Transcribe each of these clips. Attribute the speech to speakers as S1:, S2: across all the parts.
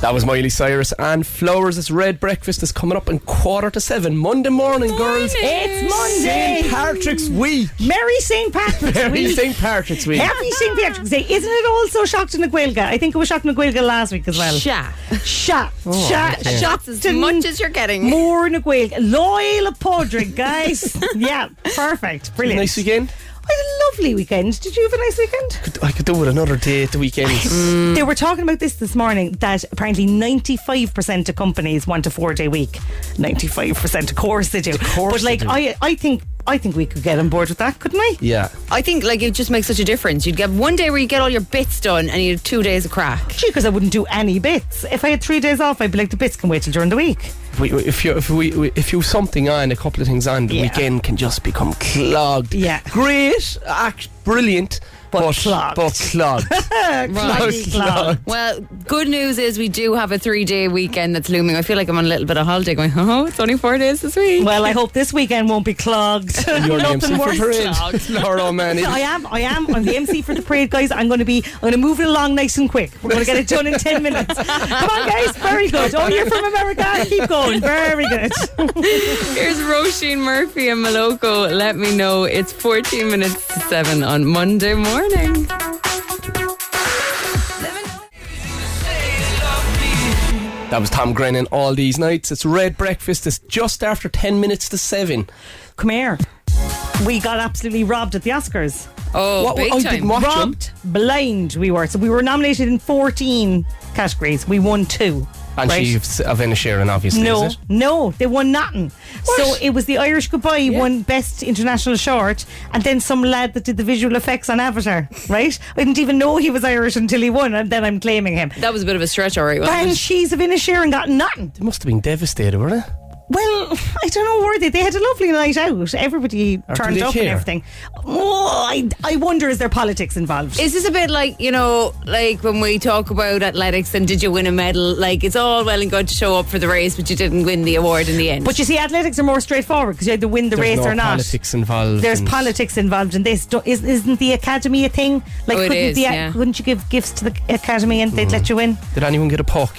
S1: That was Miley Cyrus and Flowers. This red breakfast is coming up in quarter to seven Monday morning, girls.
S2: It's Monday.
S1: St. Patrick's Week.
S2: Merry St. Patrick's
S1: Merry
S2: Week.
S1: St. Patrick's Week.
S2: Happy St. Patrick's Day. Isn't it also shocked in Naguelga? I think it was shocked in Naguelga last week as well. Oh,
S3: Sha.
S2: Shot. Shot.
S3: Shots as much as you're getting.
S2: More Naguelga. Loyal Podrick, guys. yeah, perfect. Brilliant.
S1: Nice weekend.
S2: I had a lovely weekend. Did you have a nice weekend?
S1: I could do with another day at the weekend.
S2: They were talking about this this morning that apparently 95% of companies want a four day week. 95%, of course they do.
S1: course
S2: but like,
S1: they do.
S2: I, I think. I think we could get on board with that, couldn't I?
S1: yeah.
S3: I think like it just makes such a difference. You'd get one day where you get all your bits done and you had two days of crack.
S2: because I wouldn't do any bits. If I had three days off, I'd be like, the bits can wait till during the week.
S1: We, we- if you if we we- if you have something on, a couple of things on, the
S2: Yeah.
S1: weekend can just become clogged.
S2: Yeah.
S1: Great, act brilliant, but,
S2: clogged.
S1: But clogged.
S2: Cloggy clog.
S3: Well, good news is we do have a three day weekend that's looming. I feel like I'm on a little bit of holiday going, oh, it's only four days this week.
S2: Well, I hope this weekend won't be clogged.
S1: Your name's
S2: Nothing worse. Oh,
S1: Parade. oh, Laura O'Mahony.
S2: I am, I am. I'm the MC for the parade, guys. I'm going to be, I'm going to move it along nice and quick. We're going to get it done in 10 minutes. Come on, guys. Very good. Oh, you're from America. Keep going. Very good.
S3: Here's Roisin Murphy and Maloko. Let me know. It's 14 minutes to 7 on Monday morning.
S1: That was Tom Grennan all these nights. It's Red Breakfast. It's just after 10 minutes to 7.
S2: Come here. We got absolutely robbed at the Oscars.
S3: Oh,
S1: What-
S3: big
S1: I
S3: time.
S1: didn't watch them.
S2: Robbed, blind we were. So we were nominated in 14 categories. We won two.
S1: And
S2: right?
S1: she's of Enna Sheeran, obviously.
S2: No,
S1: Is it?
S2: no, they won nothing. So it was the Irish Goodbye won Best International Short, and then some lad that did the visual effects on Avatar. Right? I didn't even know he was Irish until he won, and then I'm claiming him.
S3: That was a bit of a stretch, all right. wasn't it?
S2: Banshees of Inisherin got nothing.
S1: They must have been devastated, were they?
S2: Well, I don't know, were they? They had a lovely night out. Everybody
S1: Or do
S2: turned
S1: they
S2: up and
S1: care?
S2: everything. Oh, I, I wonder is there politics involved?
S3: Is this a bit like, you know, like when we talk about athletics and did you win a medal? Like, it's all well and good to show up for the race, but you didn't win the award in the end.
S2: but you see, athletics are more straightforward because you either win the
S1: There's
S2: race
S1: no
S2: or not.
S1: politics involved.
S2: There's
S1: and-
S2: politics involved in this. Don't, is, isn't the academy a thing? Like,
S3: Oh, it
S2: couldn't
S3: is,
S2: the,
S3: yeah. Mm.
S2: couldn't you give gifts to the academy and they'd let you in?
S1: Did anyone get a puck?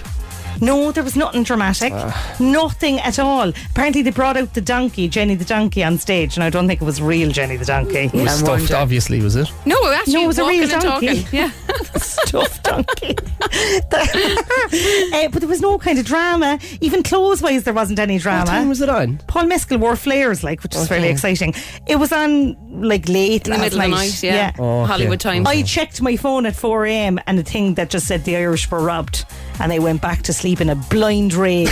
S2: No, there was nothing dramatic,
S3: Ah.
S2: nothing at all. Apparently, they brought out the donkey, Jenny the donkey, on stage, and I don't think it was real Jenny the donkey.
S1: It was
S3: I
S1: stuffed,
S3: wonder.
S1: obviously, was it?
S3: no, we're actually
S2: No, it was a
S3: walking
S2: real
S3: and
S2: donkey.
S3: talking. Yeah.
S2: Stuffed donkey. Eh, but there was no kind of drama. Even clothes wise, there wasn't any
S1: What time
S2: drama.
S1: was it on?
S2: Paul Mescal wore flares, like, which is fairly exciting. It was on like late
S3: In the
S2: last
S3: middle of the night, yeah.
S1: Oh, okay.
S3: Hollywood time.
S2: I checked my phone at 4 a.m. and a thing that just said the Irish were robbed, and I went back to sleep in a blind rage.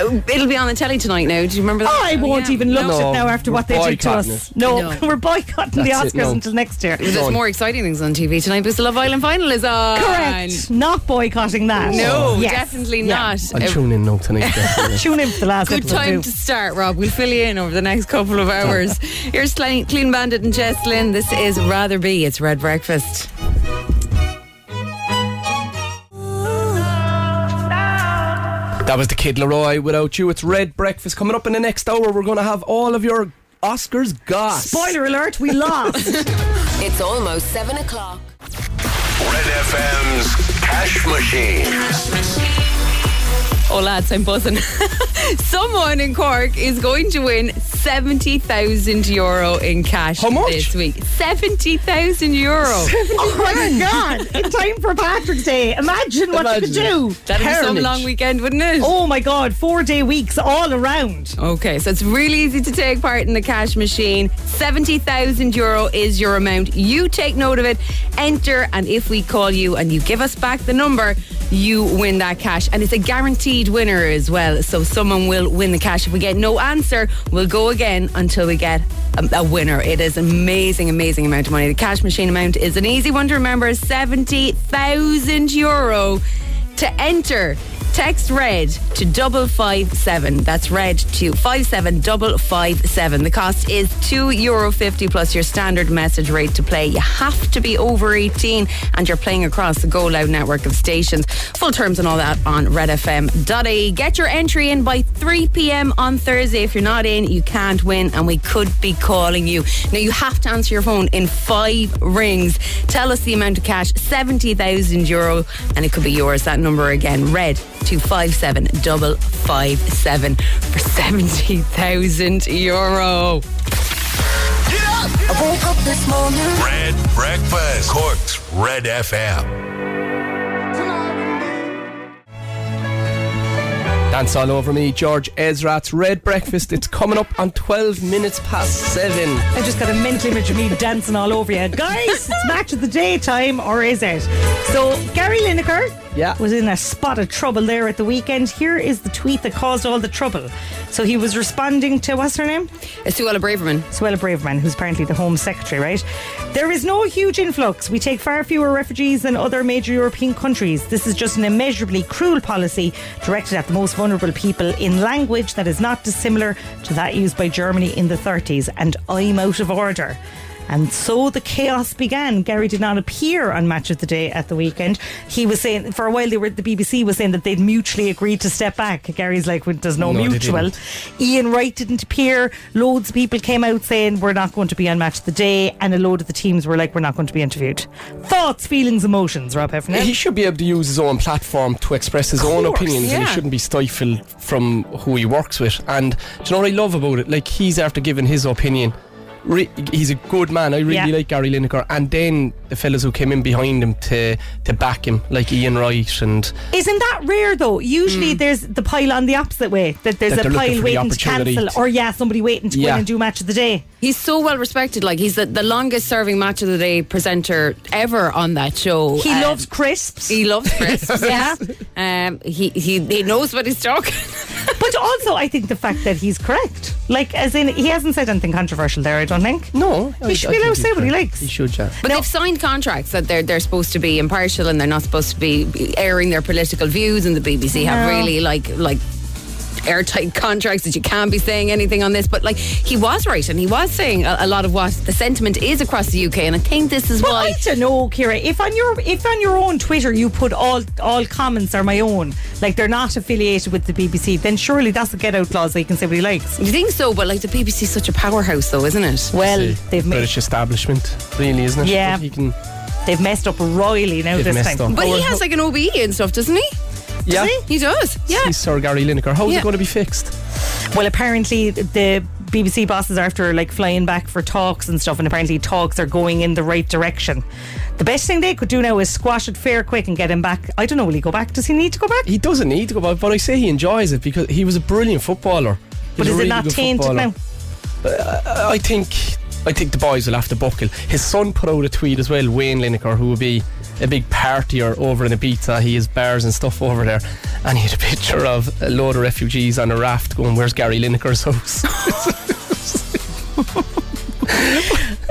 S3: Oh, It'll be on the telly tonight now. Do you remember that?
S2: Oh,
S3: Oh,
S2: I won't
S3: Yeah.
S2: even look
S1: No.
S2: at it now after what
S1: We're
S2: they did to
S1: boycotting
S2: us. No,
S3: No.
S2: we're boycotting
S1: That's it,
S2: the Oscars
S1: no.
S2: until next year.
S3: There's
S1: Go on.
S3: more exciting things on TV tonight because the Love Island final is on.
S2: Correct. Not boycotting that.
S3: No,
S2: Yes.
S3: definitely
S2: Yeah.
S3: not.
S1: I'll
S3: A
S1: tune in now tonight. definitely.
S2: Tune in for the last
S3: Good
S2: episode
S3: time
S2: too.
S3: to start, Rob. We'll fill you in over the next couple of hours. Here's Clean Clean Bandit and Jess Lynn. This is Rather Be. It's Red Breakfast.
S1: that was the Kid Leroy without you. It's Red Breakfast. Coming up in the next hour, we're going to have all of your Oscars goss.
S2: Spoiler alert: We lost.
S4: It's almost seven o'clock.
S5: Red FM's Cash Machine.
S3: Oh, lads, I'm buzzing. Someone in Cork is going to win 70,000 euro in cash
S1: How much?
S3: this week. 70,000 euro.
S2: oh my god! In time for Patrick's Day. Imagine what
S1: Imagine
S2: you could do.
S3: That'd be some
S1: Carnage.
S3: long weekend, wouldn't it?
S2: Oh my god! Four day weeks all around.
S3: Okay, so it's really easy to take part in the cash machine. 70,000 euro is your amount. You take note of it, enter, and if we call you and you give us back the number, you win that cash. And it's a guaranteed winner as well. So someone will win the cash. If we get no answer, we'll go again until we get a, a winner. It is an amazing, amazing amount of money. The cash machine amount is an easy one to remember 70,000 euro to enter. Text red to double five seven. That's red to five seven double five seven. The cost is two euro fifty plus your standard message rate to play. You have to be over eighteen, and you're playing across the Go Loud network of stations. Full terms and all that on redfm.ie. E. Get your entry in by three pm on Thursday. If you're not in, you can't win, and we could be calling you. Now you have to answer your phone in five rings. Tell us the amount of cash, seventy thousand euro, and it could be yours. That number again, red two five seven double five seven for seventy thousand euro.
S5: Red Breakfast. Cork's Red FM.
S1: Dance all over me, George Ezrat's Red Breakfast. It's coming up on 12 minutes past 7.
S2: I just got a mental image of me dancing all over you. Guys, it's match of the day time, or is it? So, Gary Lineker
S1: Yeah.
S2: was in a spot of trouble there at the weekend. Here is the tweet that caused all the trouble. So, he was responding to what's her name?
S3: It's Suella Braverman.
S2: Suella Braverman, who's apparently the Home Secretary, right? There is no huge influx. We take far fewer refugees than other major European countries. This is just an immeasurably cruel policy directed at the most vulnerable people in language that is not dissimilar to that used by Germany in the 30s. And I'm out of order. And so the chaos began. Gary did not appear on Match of the Day at the weekend. He was saying, for a while, they were, the BBC was saying that they'd mutually agreed to step back. Gary's like, well, there's no,
S1: No, they
S2: mutual.
S1: didn't.
S2: Ian Wright didn't appear. Loads of people came out saying, we're not going to be on Match of the Day. And a load of the teams were like, we're not going to be interviewed. Thoughts, feelings, emotions, Rob Heffernan.
S1: He should be able to use his own platform to express his own
S2: course,
S1: opinions and
S3: yeah.
S1: he shouldn't be stifled from who he works with. And do you know what I love about it? Like, he's after giving his opinion. Re- he's a good man. I really
S2: Yeah.
S1: like Gary Lineker. And then the fellas who came in behind him to, to back him, like Ian Wright and
S2: Isn't that rare though? Usually there's the pile on the opposite way, that there's
S1: Hmm. That
S2: a
S1: they're looking
S2: pile
S1: for the
S2: waiting to
S1: opportunity
S2: cancel,
S1: to-
S2: or yeah, somebody waiting to go
S1: Yeah.
S2: in and do Match of the Day.
S3: He's so well respected. Like he's the, the longest serving match of the day presenter ever on that show.
S2: He
S3: Um,
S2: loves crisps.
S3: He loves crisps. yeah. Um, he, he he knows what he's talking.
S2: But also, I think the fact that he's correct. Like, as in, he hasn't said anything controversial there, I don't think.
S1: No,
S2: He should be
S1: think
S2: allowed to say
S1: he's
S2: what he
S1: fair.
S2: likes.
S1: He should, yeah.
S3: But they've signed contracts that they're they're supposed to be impartial and they're not supposed to be airing their political views. And the BBC have
S2: No.
S3: really like like airtight contracts that you can't be saying anything on this. But like he was right and he was saying a, a lot of what the sentiment is across the UK. And I think this is
S2: Well,
S3: why.
S2: I don't know, Kira. If on your if on your own Twitter you put all all comments are my own, like they're not affiliated with the BBC, then surely that's a get out clause. They can say what he likes.
S3: You think so, but like the BBC is such a powerhouse, though, isn't it?
S2: Well,
S1: The
S2: they've ma-
S1: British establishment, really, isn't it?
S2: Yeah.
S1: But He can,
S2: they've messed up royally now
S1: They've
S2: this
S1: messed
S2: time.
S1: up.
S3: But
S1: Oh,
S3: he
S1: well,
S3: has
S1: no-
S3: like an OBE and stuff, doesn't he?
S1: yeah.
S3: He does. Yeah.
S1: He's Sir Gary Lineker. How's
S3: Yeah.
S1: it going to be fixed?
S2: Well, apparently the BBC bosses are after like flying back for talks and stuff, and apparently talks are going in the right direction. The best thing they could do now is squash it fair quick and get him back. I don't know, will he go back? Does he need to go back?
S1: He doesn't need to go back, but I say he enjoys it because he was a brilliant footballer. He
S2: But
S1: was a
S2: is
S1: really
S2: it not
S1: good
S2: tainted
S1: footballer.
S2: now?
S1: I think I think the boys will have to buckle. His son put out a tweet as well, Wayne Lineker, who will be a big partier over in Ibiza. He has bars and stuff over there. And he had a picture of a load of refugees on a raft going, Where's Gary Lineker's house?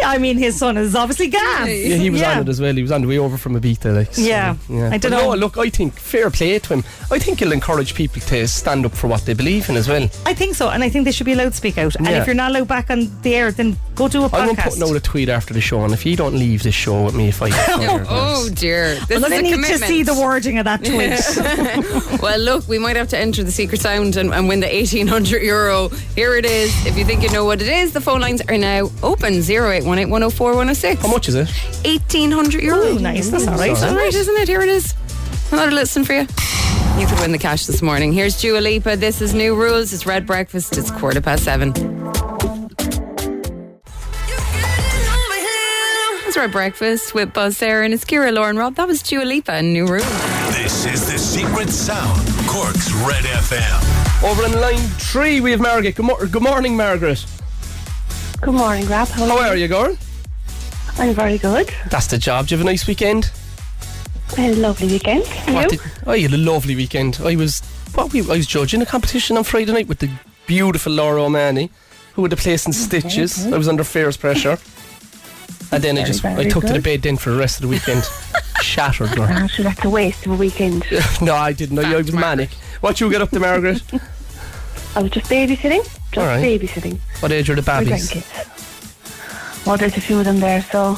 S2: I mean, his son is obviously gas.
S1: yeah, he was on it as well. He was on the way over from Ibiza. Like, so,
S2: Yeah. I
S1: But
S2: don't know.
S1: No, look, I think fair play to him. I think he'll encourage people to stand up for what they believe in as well.
S2: I think so, and I think they should be allowed to speak out. And
S1: Yeah.
S2: if you're not allowed back on the air, then go do a
S1: I won't
S2: podcast.
S1: put out a tweet after the show, and if you don't leave this show with me, if I get fired,
S3: Oh dear! This
S2: Well,
S3: is
S2: I
S3: a
S2: need
S3: commitment.
S2: to see the wording of that tweet.
S3: Well, look, we might have to enter the secret sound and, and win the eighteen hundred euro. Here it is. If you think you know what it is, the phone lines are now open. Zero eight one eight one zero four one zero six.
S1: how much is it?
S3: Eighteen hundred euro.
S2: Ooh, Oh, nice. That's all right.
S3: That's all right, isn't it? Here it is. Another listen for you. You could win the cash this morning. Here's Dua Lipa. This is New Rules. It's Red Breakfast. It's quarter past seven. It's Red Breakfast with Buzz Sarah and it's Kira Lauren Rob. That was Dua Lipa and New Rules.
S5: This is the secret sound. Cork's Red FM.
S1: Over in line three, we have Margaret. Good, mor- good morning, Margaret.
S6: Good morning, Rob. How are
S1: How
S6: you?
S1: are you, girl?
S6: I'm very good.
S1: That's the job. Did you have a nice weekend?
S6: I had a lovely weekend.
S1: What
S6: You?
S1: did- I had a lovely weekend. I was, what we, I was judging a competition on Friday night with the beautiful Laura O'Mani, who had a place in stitches. I was under fierce pressure. And then I just I
S6: very
S1: took to the
S6: good.
S1: bed then for the rest of the weekend. Shattered, Nora.
S6: Ah, so that's a waste of a weekend.
S1: no, I didn't know you. I was manic. What you get up to, Margaret?
S6: I was just babysitting. Just
S1: All right.
S6: babysitting.
S1: What age are the
S6: I
S1: babbies?
S6: drank it. Well, there's a few of them there, so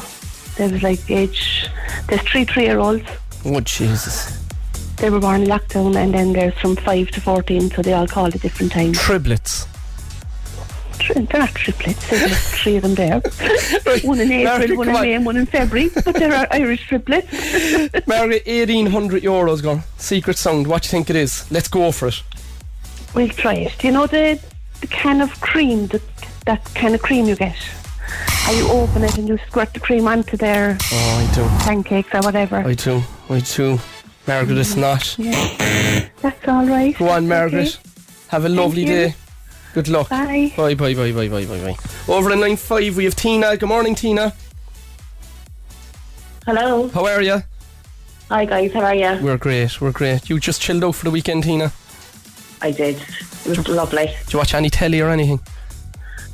S6: there was like age. There's three three-year-olds.
S1: Oh, Jesus.
S6: They were born in lockdown, and then there's from five to fourteen, so they all called at different times.
S1: Triplets.
S6: Tri- They're not triplets. There's just three of them there.
S1: Right,
S6: One in April,
S1: Margaret,
S6: one
S1: come
S6: in
S1: on.
S6: May, and one in February. But there are Irish triplets.
S1: Margaret, 1800 euros gone. Secret sound. What do you think it is? Let's go for it.
S6: We'll try it. Do you know the the can of cream that that kind of cream you get? How you open it and you squirt the cream onto their
S1: Oh,
S6: pancakes or whatever.
S1: I do. I do. I do. Margaret, it's not.
S6: That's all right.
S1: Go on,
S6: That's
S1: Margaret. Have a lovely
S6: you.
S1: day. Good luck.
S6: Okay. Bye.
S1: Bye, bye, bye, bye, bye, bye, bye. Over in line five, we have Tina. Good morning, Tina.
S7: Hello.
S1: How are you?
S7: Hi guys, how are you?
S1: We're great. We're great. You just chilled out for the weekend, Tina.
S7: I did. It was lovely.
S1: Did you watch any telly or anything?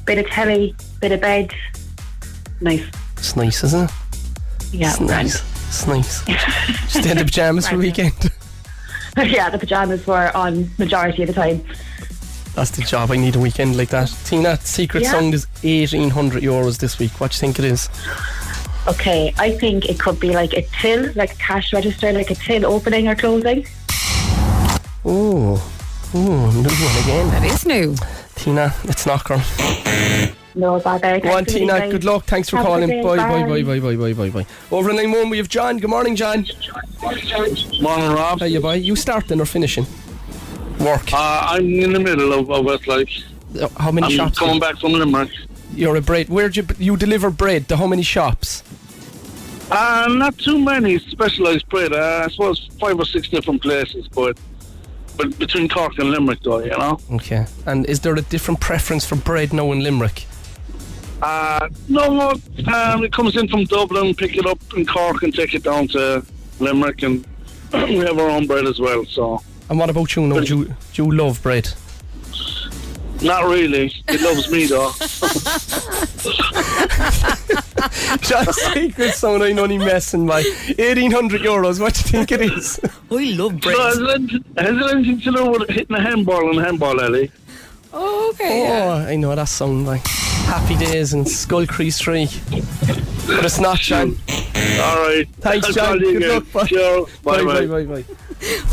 S7: Bit of telly, bit of bed. Nice.
S1: It's nice, isn't it?
S7: Yeah.
S1: It's nice. It's nice. Just in the pajamas for the weekend.
S7: yeah, the pajamas were on majority of the time.
S1: That's the job. I need a weekend like that. Tina, secret
S7: Yeah.
S1: sound is 1800 euros this week. What do you think it is?
S7: Okay, I think it could be like a till, like a cash register, like a till opening or closing.
S1: Oh, oh, new one again.
S3: That is new.
S1: Tina, it's not girl.
S7: No bother.
S1: Go on,
S7: Thanks a million,
S1: Tina.
S7: guys.
S1: Good luck. Thanks for
S7: Have a
S1: calling.
S7: good day.
S1: Bye, bye, bye,
S7: Bye.
S1: bye, bye, bye, bye, bye. Over in line one, we have John. Good morning, John.
S8: Morning, Rob.
S1: How you boy? You starting or finishing? Work.
S8: Uh, I'm in the middle of, of Westlife.
S1: Uh, How many
S8: I'm
S1: shops?
S8: coming back from Limerick.
S1: You're a bread. Where'd you you deliver bread to? How many shops?
S8: Uh, not too many specialised bread. Uh, I suppose five or six different places, but but between Cork and Limerick, though, you know.
S1: Okay. And is there a different preference for bread now in Limerick?
S8: Uh, no, no. Um, it comes in from Dublin, pick it up in Cork, and take it down to Limerick, and we have our own bread as well. So
S1: And what about you? Now, do you, do you love bread?
S8: not really. It loves me though.
S1: Just secret sound I know he messing by. 1800 euros, what do you think it is?
S3: I love
S8: So has, it, has it anything to do with hitting a handball in handball alley?
S3: Oh, okay. yeah.
S1: Oh, I know that sound like Happy Days and Skull Crease 3. But it's not, John.
S8: All right.
S1: Thanks,
S8: I'll
S1: John.
S8: call you
S1: Good
S8: again.
S1: luck, bye.
S8: Sure. Bye,
S1: bye, bye, bye.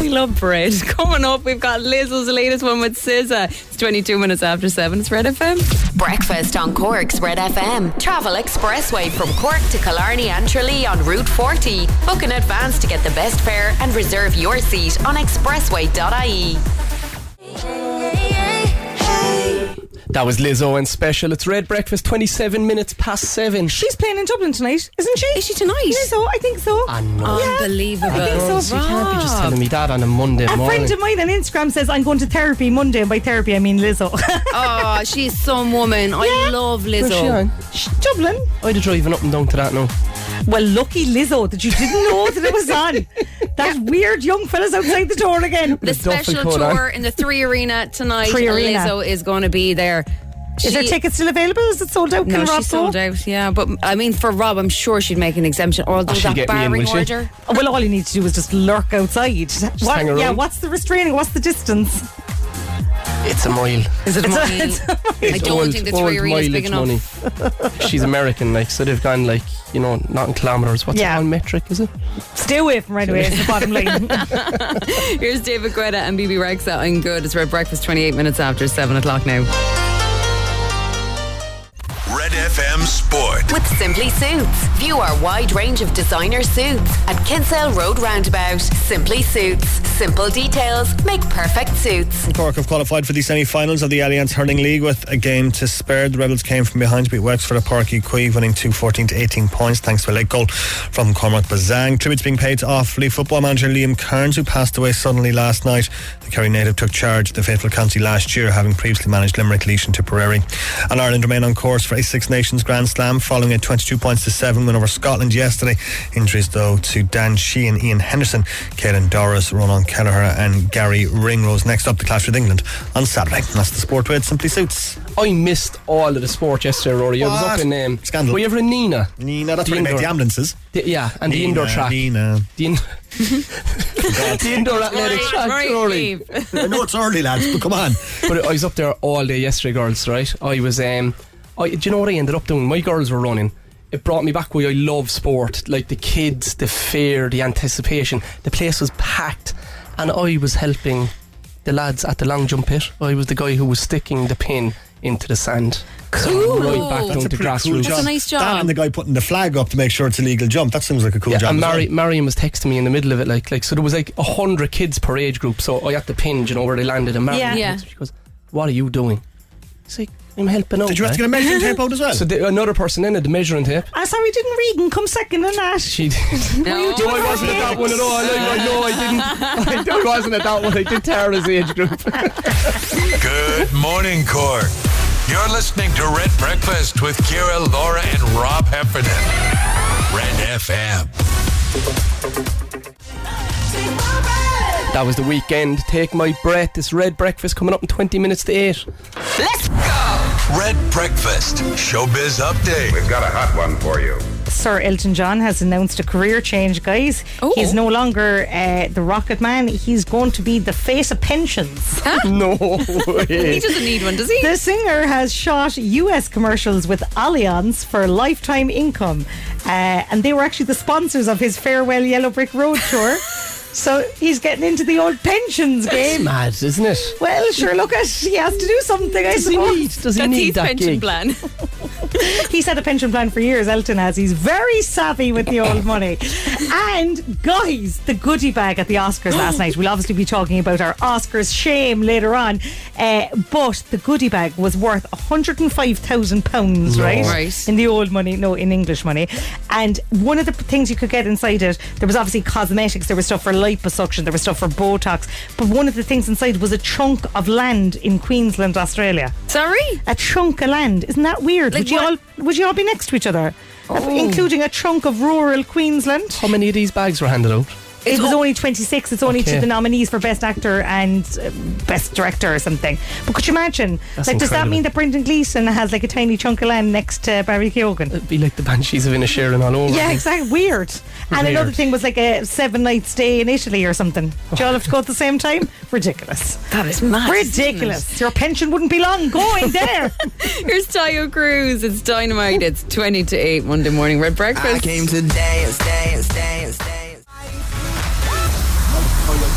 S3: We love bread. Coming up, we've got Lizzo's latest one with SZA. It's 22 minutes after 7. It's Red FM.
S4: Breakfast on Cork's Red FM. Travel expressway from Cork to Killarney and Tralee on Route 40. Book in advance to get the best fare and reserve your seat on expressway.ie.
S1: That was Lizzo and Special. It's Red Breakfast, 27 minutes past 7.
S2: She's playing in Dublin tonight, isn't she?
S3: Is she tonight?
S2: So I think so.
S1: I know.
S3: Unbelievable.
S2: Oh, I think so.
S1: Girls, you can't be just telling me that on a Monday
S2: A
S1: morning.
S2: friend of mine on Instagram says I'm going to therapy Monday, and by therapy I mean Lizzo.
S3: Oh, she's some woman. I love Lizzo.
S1: Where's she on?
S2: Dublin.
S1: I'd have driven up and down to that now.
S2: Well, lucky Lizzo that you didn't know that it was on. That weird young fella's outside the door again.
S3: The
S1: With Duffy
S3: special
S1: coat on.
S3: tour in the Three Arena tonight.
S2: Three Arena.
S3: Lizzo is going to be there.
S2: Is there
S3: She-
S2: tickets still available? Is it sold out?
S3: No,
S2: Can Rob
S3: she's sold
S2: go?
S3: out. Yeah, but I mean, for Rob, I'm sure she'd make an exemption. Although
S1: she'll
S3: that
S1: Oh, get me in,
S3: barring
S1: will she?
S3: order,
S2: Well, all you need to do is just lurk outside. What-
S1: hang around.
S2: yeah, what's the restraining? What's the distance?
S1: It's a mile.
S3: is it money? I don't
S1: Old-
S3: think the
S1: old
S3: Three Arena is big
S1: mileage
S3: enough.
S1: money. She's American, like, so they've gone, like, you know, not in kilometres. What's
S2: Yeah.
S1: it on metric, is it?
S2: Stay away from right away. Is the bottom line.
S3: Here's David Guetta and BB Rexa. I'm good. It's Red Breakfast, 28 minutes after 7 o'clock now.
S5: Red FM Sport.
S4: With Simply Suits. View our wide range of designer suits at Kinsale Road Roundabout. Simply Suits. Simple details make perfect suits.
S9: Cork have qualified for the semi-finals of the Alliance Hurling League with a game to spare. The Rebels came from behind to beat Wexford at Parky Quay, winning 2-14 to 18 points thanks to a late goal from Cormac Bazang. Tributes being paid to Offaly football manager Liam Kearns, who passed away suddenly last night. The Kerry native took charge of the faithful county last year, having previously managed Limerick, Leash and Tipperary. And Ireland remain on course for a 16 Six Nations Grand Slam following a 22 points to 7 win over Scotland yesterday. Injuries, though, to Dan Sheehan, Ian Henderson, Caelan Doris, Ronan Kelleher, and Gary Ringrose. Next up, the clash with England on Saturday. And That's the sport with Simply Suits.
S1: I missed all of the sport yesterday, Rory. I was up
S9: What?
S1: in um,
S9: Scandal.
S1: Were you ever in Nina?
S9: Nina,
S1: The
S9: that's where you make
S1: indoor-
S9: the ambulances.
S1: The- yeah, and the indoor
S9: Nina,
S1: track.
S9: Nina.
S1: The, in- the indoor athletic
S3: Right,
S1: track,
S3: right,
S1: Rory.
S3: Steve.
S9: I know it's early, lads, but come on.
S1: But I was up there all day yesterday, girls, right? I was, um, I, do you know what I ended up doing? My girls were running. It brought me back why I love sport. Like the kids, the fear, the anticipation. The place was packed, and I was helping the lads at the long jump pit. I was the guy who was sticking the pin into the sand. Cool. Right back down to
S9: pretty
S1: grassroots.
S9: cool
S3: That's a nice job.
S9: That and the guy putting the flag up to make sure it's a legal jump. That seems like a cool job.
S1: and
S9: as well.
S1: Mari- Marion was texting me in the middle of it, like, like so there was like a hundred kids per age group. So I had to pin, you know, where they landed. And Marion,
S2: Yeah.
S3: Yeah.
S1: she goes, "What are you doing?" It's like I'm helping out.
S9: Did you have to
S1: man."
S9: get a measuring tape out as well?
S1: So the, another person in it, the measuring tape.
S2: Ah, sorry, didn't Regan come second on that?
S1: She did.
S3: No.
S1: Oh, I wasn't at that one at all. I, I know I didn't. I, wasn't at that one. I did Tara's age group.
S5: Good morning, Cork. You're listening to Red Breakfast with Kira, Laura, and Rob Heffernan. Red FM.
S1: That was the weekend. Take my breath. This red breakfast coming up in 20 minutes to 8.
S4: Let's go.
S5: Red Breakfast Showbiz Update.
S10: We've got a hot one for you.
S2: Sir Elton John has announced a career change, guys.
S3: Oh.
S2: He's no longer uh, the Rocket Man. He's going to be the face of pensions.
S1: No
S3: He
S1: way.
S3: doesn't need one, does he?
S2: The singer has shot US commercials with Allianz for lifetime income, uh, and they were actually the sponsors of his farewell Yellow Brick Road tour. so he's getting into the old pensions game.
S1: mad, isn't it?
S2: Well, sure, look at he has to do something, I
S1: Does he
S2: suppose.
S1: need, does he
S3: That's
S1: need
S3: his
S1: that
S3: pension
S1: gig?
S3: plan.
S2: He's had a pension plan for years, Elton has. He's very savvy with the old money. And guys, the goodie bag at the Oscars last night. We'll obviously be talking about our Oscars shame later on. Uh, but the goodie bag was worth £105,000, right?
S3: Right.
S2: In the old money, no, in English money. And one of the p- things you could get inside it, there was obviously cosmetics, there was stuff for liposuction, there was stuff for Botox. But one of the things inside was a chunk of land in Queensland, Australia
S3: Sorry?
S2: a chunk of land. Isn't that weird?
S3: Like
S2: would you
S3: what- Oh.
S2: all would you all be next to each other? Including a chunk of rural Queensland.
S1: How many of these bags were handed out?
S2: It was only 26. It's only
S1: Okay.
S2: to the nominees for Best Actor and uh, Best Director or something. But could you imagine?
S1: That's
S2: like, does that
S1: incredible.
S2: mean that Brendan Gleeson has like a tiny chunk of land next to Barry
S3: Uh,
S2: Keoghan?
S1: It'd be like the Banshees of Inisherin all over.
S2: yeah, exactly. Weird. And another
S1: Weird.
S2: thing was like a seven night stay in Italy or something. Do you all have to go at the same time? Ridiculous.
S3: That is mad.
S2: Ridiculous. Your pension wouldn't be long going there.
S3: Here's Tayo Cruz. It's Dynamite. It's 20 to 8 Monday morning. Red Breakfast.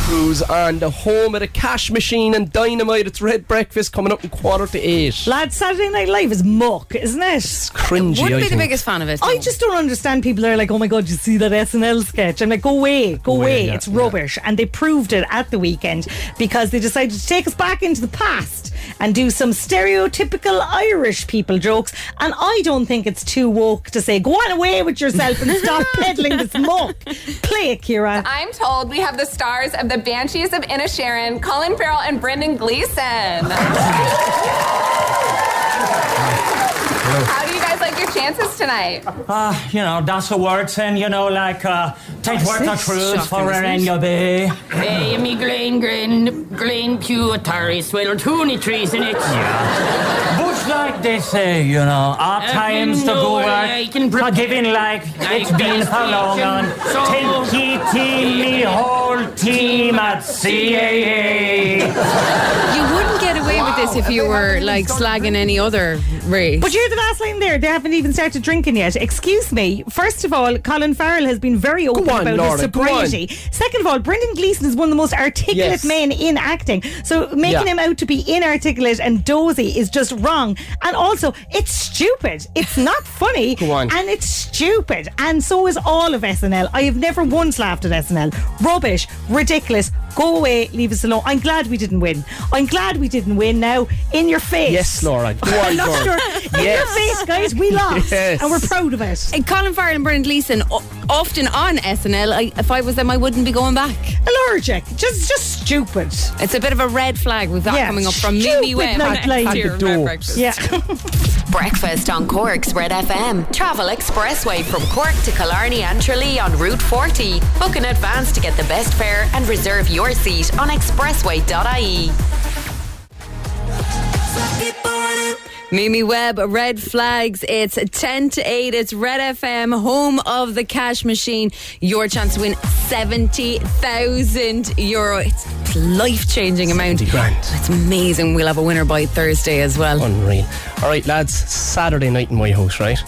S1: Cruise and the home of the cash machine and dynamite. It's red breakfast coming up in quarter to eight.
S2: Lad, Saturday Night Live is muck, isn't it?
S1: Cringy.
S3: Wouldn't
S1: I
S3: be the
S1: think.
S3: biggest fan of it.
S2: I
S3: though.
S2: just don't understand people that are like, oh my god, you see that SNL sketch? I'm like, go away, go
S1: away,
S2: away,
S1: yeah,
S2: it's
S1: yeah.
S2: rubbish. And they proved it at the weekend because they decided to take us back into the past and do some stereotypical Irish people jokes. And I don't think it's too woke to say, go on away with yourself and stop peddling this muck. Play it, Kira.
S7: I'm told we have the stars of the Banshees of Inisharan, Colin Farrell and Brendan Gleeson. How do you guys like your chances tonight?
S10: You know, that's a word saying, you know, like, uh,
S7: Oh,
S10: take
S3: That's it. Shocking, isn't it?
S10: be.
S7: Amy Glen Glen Glen Q Atari Swiddle Toony Trees in it.
S10: Much like they say, you know, our times to go
S7: I can
S10: back, forgiving like it's been for long on. Take ye team, me whole team at CAA.
S3: You wouldn't get away with this if you were like slagging any other race.
S2: But you hear the last line there. They haven't even started drinking yet. Excuse me. First of all, Colin Farrell has been very open
S1: on,
S2: about his
S1: Laura, go on.
S2: sobriety. Second of all, Brendan Gleeson is one of the most articulate
S1: Yes.
S2: men in acting. So making
S1: Yeah.
S2: him out to be inarticulate and dozy is just wrong. And also, it's stupid. It's not funny.
S1: Go on.
S2: And it's stupid. And so is all of SNL. I have never once laughed at SNL. Rubbish, ridiculous, Go away, leave us alone. I'm glad we didn't win. I'm glad we didn't win now. In your face.
S1: Yes, Laura. Go
S2: I
S1: on,
S2: lost
S1: Laura.
S2: your- In your
S1: Yes.
S2: face, guys. We lost.
S1: Yes.
S2: And we're proud of it.
S3: And Colin Farrell and Brendan Gleeson o- often on SNL. I, if I was them, I wouldn't be going back.
S2: Allergic. Just just stupid.
S3: It's a bit of a red flag we've got
S2: Yeah,
S3: coming up from
S2: stupid
S3: Mimi Webb
S2: night
S3: next
S2: life.
S3: year.
S1: And the
S3: Red
S1: dopes.
S3: Breakfast.
S2: Yeah.
S4: Breakfast on Cork's Red FM. Travel expressway from Cork to Killarney and Tralee on Route 40. Book in advance to get the best fare and reserve your seat on expressway.ie.
S3: Mimi Webb, Red Flags. It's 10 to 8. It's Red FM, home of the cash machine. Your chance to win 70,000 euro. It's life changing amount.
S1: 70 grand.
S3: It's amazing. We'll have a winner by Thursday as well.
S1: Unreal. All right, lads, Saturday night in my house, right?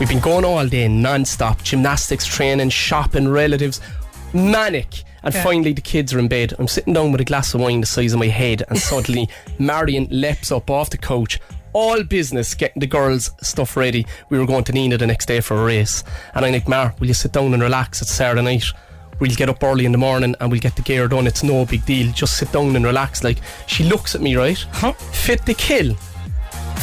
S1: We've been going all day non stop gymnastics, training, shopping, relatives, manic. And finally, the kids are in bed. I'm sitting down with a glass of wine the size of my head, and suddenly Marion leaps up off the couch. All business getting the girls' stuff ready. We were going to Nina the next day for a race. And I'm like, Mar, will you sit down and relax? It's Saturday night. We'll get up early in the morning and we'll get the gear done. It's no big deal. Just sit down and relax. Like, she looks at me, right? Fit the kill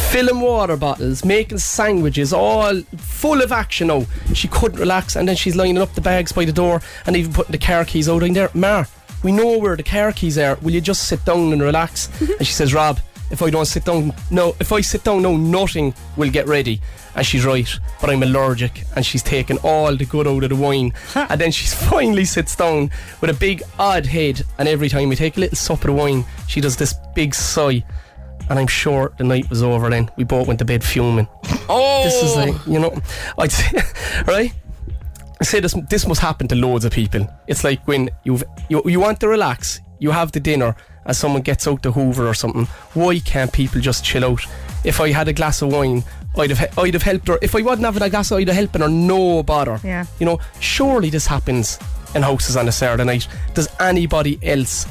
S1: filling water bottles, making sandwiches, all full of action now. She couldn't relax, and then she's lining up the bags by the door and even putting the car keys out in there. Mar, we know where the car keys are. Will you just sit down and relax? and she says, Rob, if I don't sit down, no, if I sit down, no, nothing will get ready. And she's right, but I'm allergic, and she's taken all the good out of the wine. and then she finally sits down with a big odd head, and every time we take a little sup of the wine, she does this big sigh and I'm sure the night was over then. We both went to bed fuming.
S3: Oh,
S1: This is like, you know, I'd say, right? I say this, this must happen to loads of people. It's like when you've, you, you want to relax, you have the dinner, and someone gets out the Hoover or something. Why can't people just chill out? If I had a glass of wine, I'd have, he- I'd have helped her. If I wasn't having a glass, I'd have helped her, no bother.
S2: Yeah.
S1: You know, surely this happens in houses on a Saturday night. Does anybody else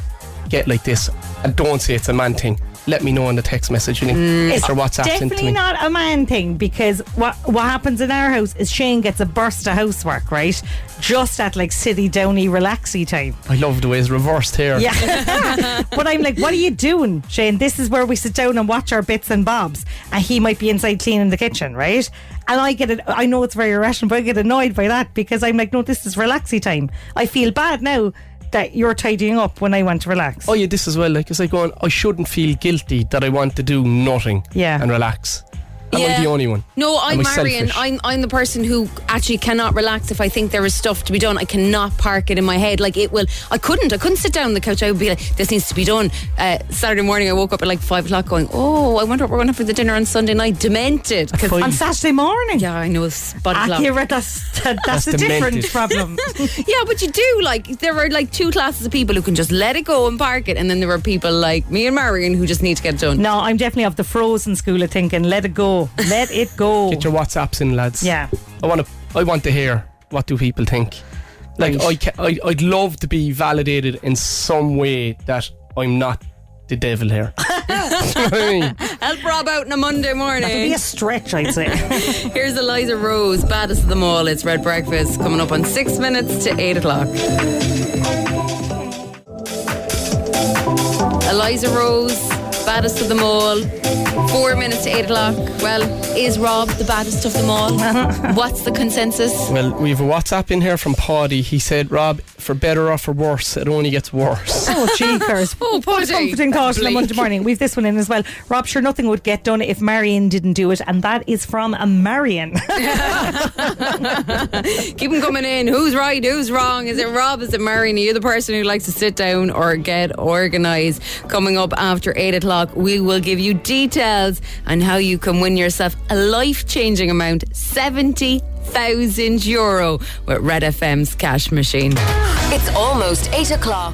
S1: get like this? And don't say it's a man thing. Let me know in the text message, you know, or WhatsApp. into
S2: Mm. Definitely
S1: me.
S2: not a man thing because what what happens in our house is Shane gets a burst of housework, right? Just at like city downy relaxy time.
S1: I love the way it's reversed here.
S2: Yeah. but I'm like, what are you doing, Shane? This is where we sit down and watch our bits and bobs. And he might be inside cleaning the kitchen, right? And I get it. I know it's very irrational, but I get annoyed by that because I'm like, no, this is relaxy time. I feel bad now that you're tidying up when I want to relax.
S1: Oh yeah, this as well. Like it's like going, I shouldn't feel guilty that I want to do nothing.
S2: Yeah.
S1: And relax. Am I the only one?
S3: No,
S1: Am
S3: I'm
S1: I
S3: Marion.
S1: selfish?
S3: I'm I'm the person who actually cannot relax if I think there is stuff to be done. I cannot park it in my head. Like it will. I couldn't. I couldn't sit down on the couch. I would be like, this needs to be done. Uh, Saturday morning, I woke up at like five o'clock, going, oh, I wonder what we're going to have for the dinner on Sunday night. Demented. 'Cause-
S1: Fine.
S2: On Saturday morning.
S3: yeah, I know it's body clock.
S2: Accurate, that's, that, that's,
S1: That's
S2: a different
S1: demented.
S2: problem.
S3: Yeah, but you do like there are like two classes of people who can just let it go and park it, and then there are people like me and Marion who just need to get it done.
S2: no, I'm definitely of the frozen school of thinking. Let it go. Let it go.
S1: Get your WhatsApps in, lads.
S2: yeah.
S1: I want to. I want to hear what do people think. Like I, ca- I, I'd love to be validated in some way that I'm not the devil here. Do you know what I mean?
S3: Help Rob out on a Monday
S2: It'd be
S3: morning.
S2: a stretch, I'd say.
S3: Here's Eliza Rose, baddest of them all. It's Red Breakfast coming up on six minutes to eight o'clock. Eliza Rose, baddest of them all. Four minutes to eight o'clock. Well, is Rob the baddest of them all? What's the consensus?
S1: Well, we have a WhatsApp in here from Paddy. He said, "Rob, for better or for worse, it only gets worse."
S2: oh, cheekers.
S3: Oh, Paddy.
S2: comforting thought on a Monday morning. We've this one in as well. Rob, sure nothing would get done if Marion didn't do it, and that is from a Marion.
S3: Keep them coming in. Who's right? Who's wrong? Is it Rob? Is it Marion? Are you the person who likes to sit down or get organised? Coming up after 8 o'clock, we will give you details on how you can win yourself a life changing amount 70,000 euro with Red FM's cash machine.
S4: It's almost 8 o'clock.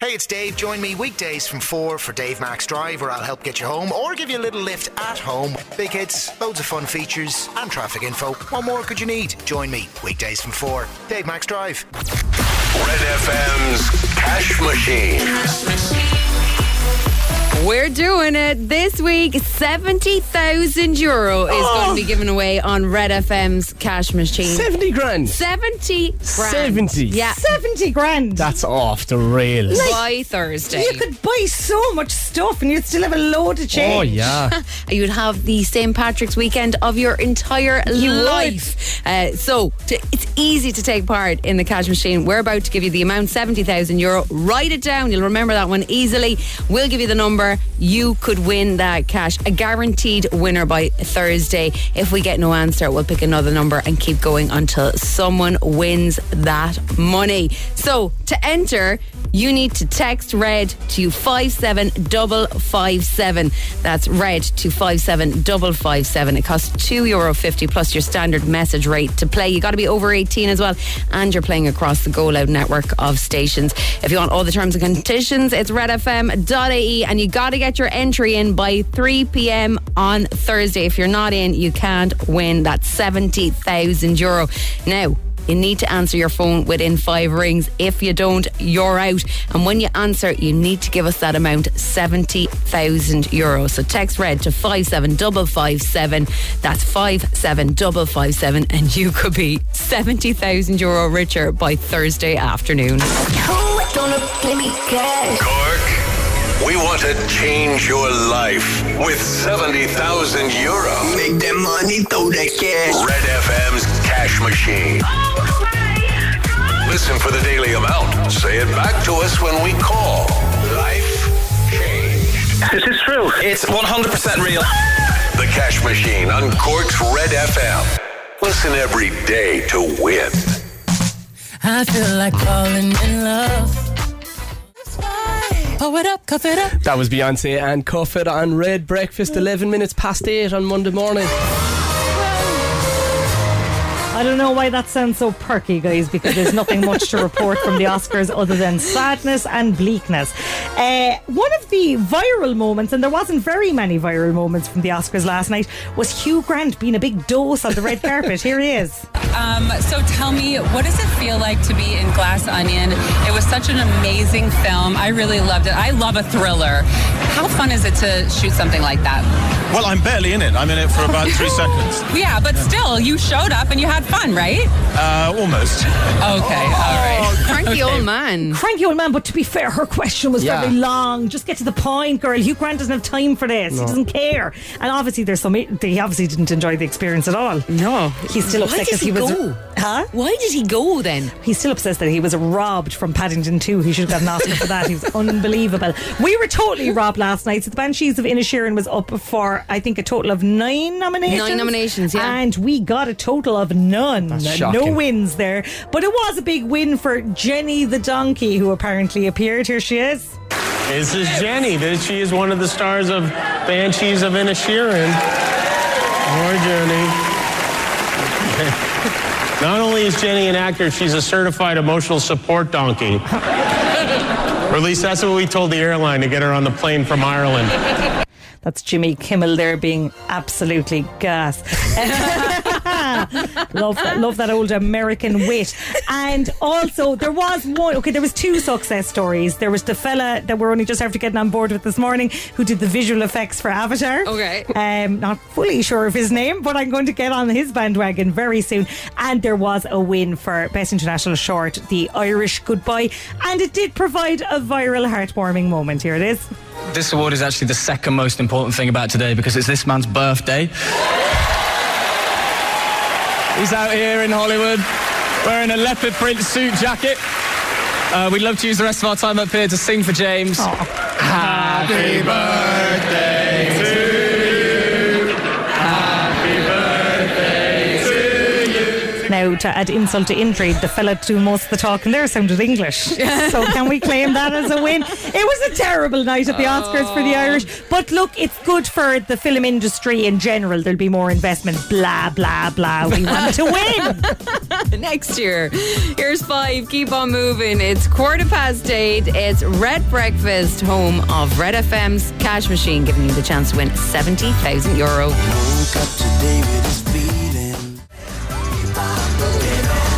S11: Hey, it's Dave. Join me weekdays from 4 for Dave Max Drive, where I'll help get you home or give you a little lift at home. Big hits, loads of fun features, and traffic info. What more could you need? Join me weekdays from 4. Dave Max Drive.
S5: Red FM's Cash Machine.
S3: We're doing it this week. Seventy thousand euro is
S1: Oh.
S3: going to be given away on Red FM's cash machine.
S1: 70 grand.
S3: Seventy grand.
S1: 70.
S3: Yeah.
S2: 70 grand.
S1: That's off the rails.
S3: by Thursday.
S2: You could buy so much stuff and you'd still have a load of change.
S1: Oh, yeah.
S3: You'd have the St. Patrick's weekend of your entire
S2: You would.
S3: life. Uh, so to, it's easy to take part in the cash machine. We're about to give you the amount, 70,000 euro. Write it down. You'll remember that one easily. We'll give you the number. You could win that cash. A guaranteed winner by Thursday. If we get no answer, we'll pick another number and keep going until someone wins that money. So to enter, you need to text red to 57557. That's red to 57557. It costs €2.50 plus your standard message rate to play. You got to be over 18 as well, and you're playing across the Go Loud network of stations. If you want all the terms and conditions, it's redfm.ie, and you got to get your entry in by 3 p.m. on Thursday. If you're not in, you can't win. That's 70,000 euro. Now, you need to answer your phone within five rings. If you don't, you're out. And when you answer, you need to give us that amount, 70,000 euros. So text red to 57557. That's 57557. And you could be 70,000 euro richer by Thursday afternoon.
S5: Who gonna play me cash? Cork, we want to change your life with 70,000 euro. Make that money, throw that cash. Red FM's cash machine. Listen for the daily amount. Say it back to us when we call. Life changed. This is true. It's 100% real. The cash machine on Cork's Red FM. Listen every day to win.
S12: I feel like falling in love. Pour it up, cuff it up.
S1: That was Beyonce and Cuff It on Red Breakfast, 11 minutes past 8 on Monday morning.
S2: I don't know why that sounds so perky, guys, because there's nothing much to report from the Oscars other than sadness and bleakness. Uh, one of the viral moments, and there wasn't very many viral moments from the Oscars last night, was Hugh Grant being a big dose on the red carpet. Here he is.
S13: Um, so tell me, what does it feel like to be in Glass Onion? It was such an amazing film. I really loved it. I love a thriller. How fun is it to shoot something like that?
S14: Well, I'm barely in it. I'm in it for about three seconds.
S13: Yeah, but still, you showed up and you had fun, right?
S14: Uh, almost.
S13: Okay, all right.
S3: Cranky old man.
S2: Cranky old man, but to be fair, her question was
S14: Yeah.
S2: very long. Just get to the point, girl. Hugh Grant doesn't have time for this.
S1: No.
S2: He doesn't care. And obviously, there's some. He obviously didn't enjoy the experience at all.
S3: No.
S2: He's still
S3: Why
S2: upset
S3: did
S2: because he,
S3: he
S2: was.
S3: go?
S2: Huh?
S3: Why did he go then?
S2: He's still obsessed that he was robbed from Paddington 2. He should have got an Oscar for that. He was unbelievable. We were totally robbed last night. So the Banshees of Inisherin was up for, I think, a total of nine nominations.
S3: Nine nominations, yeah.
S2: And we got a total of none.
S3: That's
S2: no
S3: shocking.
S2: wins there. But it was a big win for Jenny the Donkey, who apparently appeared. Here she is.
S15: This is Jenny. This, she is one of the stars of Banshees of Inisherin. Poor Jenny. Not only is Jenny an actor, she's a certified emotional support donkey. or at least that's what we told the airline to get her on the plane from Ireland.
S2: That's Jimmy Kimmel there being absolutely gas. love that, love that old American wit. And also, there was one. Okay, there was two success stories. There was the fella that we're only just after getting on board with this morning, who did the visual effects for Avatar.
S3: Okay.
S2: um, not fully sure of his name, but I'm going to get on his bandwagon very soon. And there was a win for best international short, The Irish Goodbye, and it did provide a viral, heartwarming moment. Here it is.
S16: This award is actually the second most important thing about today because it's this man's birthday. He's out here in Hollywood wearing a leopard print suit jacket. Uh, we'd love to use the rest of our time up here to sing for James. Happy birthday
S2: Now, to add insult to injury, the fella doing most of the talking there sounded English. so, can we claim that as a win? It was a terrible night at the Oscars for the
S1: Oh.
S2: Irish. But look, it's good for the film industry in general. There'll be more investment, blah, blah, blah. We want to win.
S3: Next year. Here's five. Keep on moving. It's quarter past eight. It's Red Breakfast, home of Red FM's cash machine, giving you the chance to win 70,000 euro.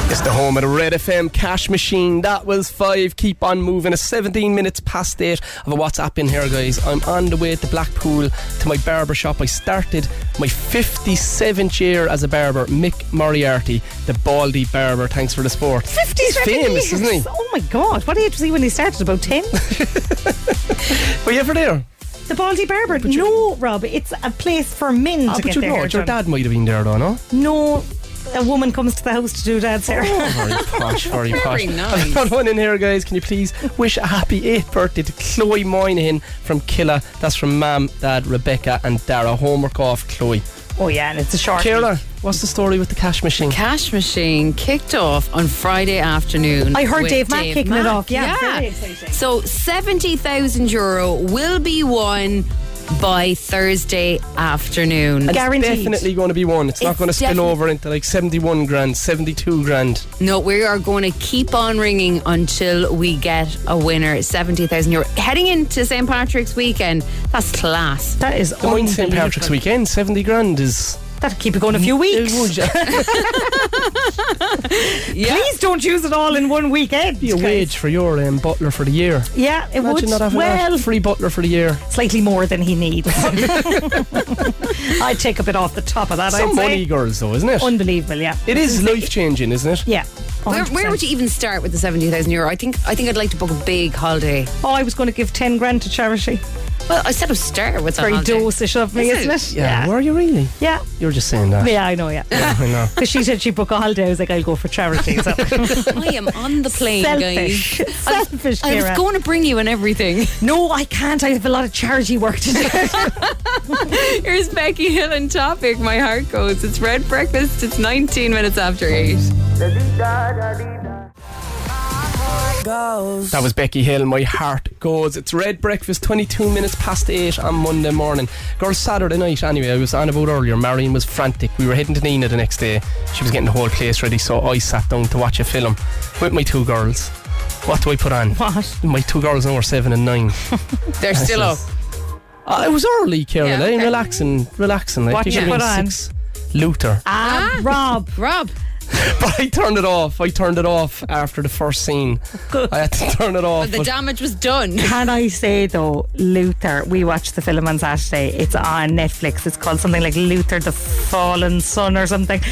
S1: It's the home of the Red FM cash machine. That was five. Keep on moving. It's 17 minutes past eight of a WhatsApp in here, guys. I'm on the way to Blackpool to my barber shop. I started my 57th year as a barber, Mick Moriarty, the baldy barber. Thanks for the sport.
S2: 50
S1: He's famous, isn't he?
S2: Oh my God. What age was he when he started? About 10?
S1: Were you ever there?
S2: the Baldy Barber. No, Rob, it's a place for men
S1: Ah,
S2: to
S1: but
S2: get
S1: you
S2: their
S1: know,
S2: hair
S1: your
S2: done.
S1: dad might have been there, though, no?
S2: No, a woman comes to the house to do dad's hair.
S1: Very posh, very, posh.
S2: Very nice.
S1: I've got one in here, guys. Can you please wish a happy 8th birthday to Chloe Moynihan from Killa? That's from Mam, Dad, Rebecca, and Dara. Homework off, Chloe.
S2: Oh yeah, and it's a short.
S1: Kira, what's the story with the cash machine?
S3: Cash machine kicked off on Friday afternoon.
S2: I heard
S3: with
S2: Dave Mack kicking it
S3: Mack.
S2: off. Yeah, very
S3: So seventy thousand euro will be won by Thursday afternoon.
S1: And It's definitely going to be one. It's, not
S3: It's
S1: going to spill
S3: definite-
S1: over into like 71 grand, 72 grand.
S3: No, we are going to keep on ringing until we get a winner. Seventy thousand euro heading into St Patrick's weekend. That's class.
S2: That is
S1: The Mind St. Patrick's weekend, 70 grand is.
S2: That'll keep it going a few weeks. Please don't use it all in one weekend.
S1: Be a wage for your um, butler for the year.
S2: Yeah, it
S1: Imagine
S2: would.
S1: not having that.
S2: well,
S1: free butler for the year.
S2: Slightly more than he needs. I'd take a bit off the top of that.
S1: Some
S2: I'd
S1: money,
S2: say.
S1: girls, though, isn't it?
S2: Unbelievable, yeah.
S1: It is life changing, isn't it?
S2: Yeah.
S3: Where,
S2: 100%.
S3: where would you even start with the seventy thousand euro? I think I think I'd like to book a big holiday.
S2: Oh, I was going to give 10 grand to charity.
S3: Well, I said I'd start with
S2: It's very
S3: a holiday.
S2: dosish of me,
S3: Is
S2: isn't
S3: it?
S2: it?
S1: Yeah, were you really?
S2: Yeah.
S1: You were just saying that.
S2: Yeah, I know, yeah.
S1: I know.
S2: Because she said she'd book a holiday. I was like, I'll go for charity. So.
S3: I am on the plane,
S2: Selfish.
S3: guys.
S2: Selfish,
S3: I was
S2: Ciara.
S3: going to bring you and everything.
S2: No, I can't. I have a lot of charity work to do.
S3: Here's Becky Hill and Topic. My heart goes. It's Red Breakfast. It's 19 minutes after 8.
S1: That was Becky Hill. My heart goes. It's red breakfast. Twenty-two minutes past eight on Monday morning. Girls, Saturday night. Anyway, I was on about earlier. Marion was frantic. We were heading to Nina the next day. She was getting the whole place ready, so I sat down to watch a film with my two girls. What do I put on?
S2: What?
S1: My two girls now are seven and nine.
S3: They're
S1: This
S3: still up.
S1: is- Uh, it was early, Caroline.
S3: Yeah, okay.
S1: Relaxing, relaxing. Like,
S2: What
S1: you
S2: you
S1: could have
S2: put
S1: been
S2: on?
S1: Six. Luther.
S2: Ah, Rob.
S3: Rob.
S1: But I turned it off. I turned it off after the first scene. I had to turn it off.
S3: But the
S1: but-
S3: damage was done.
S2: Can I say though, Luther? We watched the film on Saturday. It's on Netflix. It's called something like Luther the Fallen Son or something.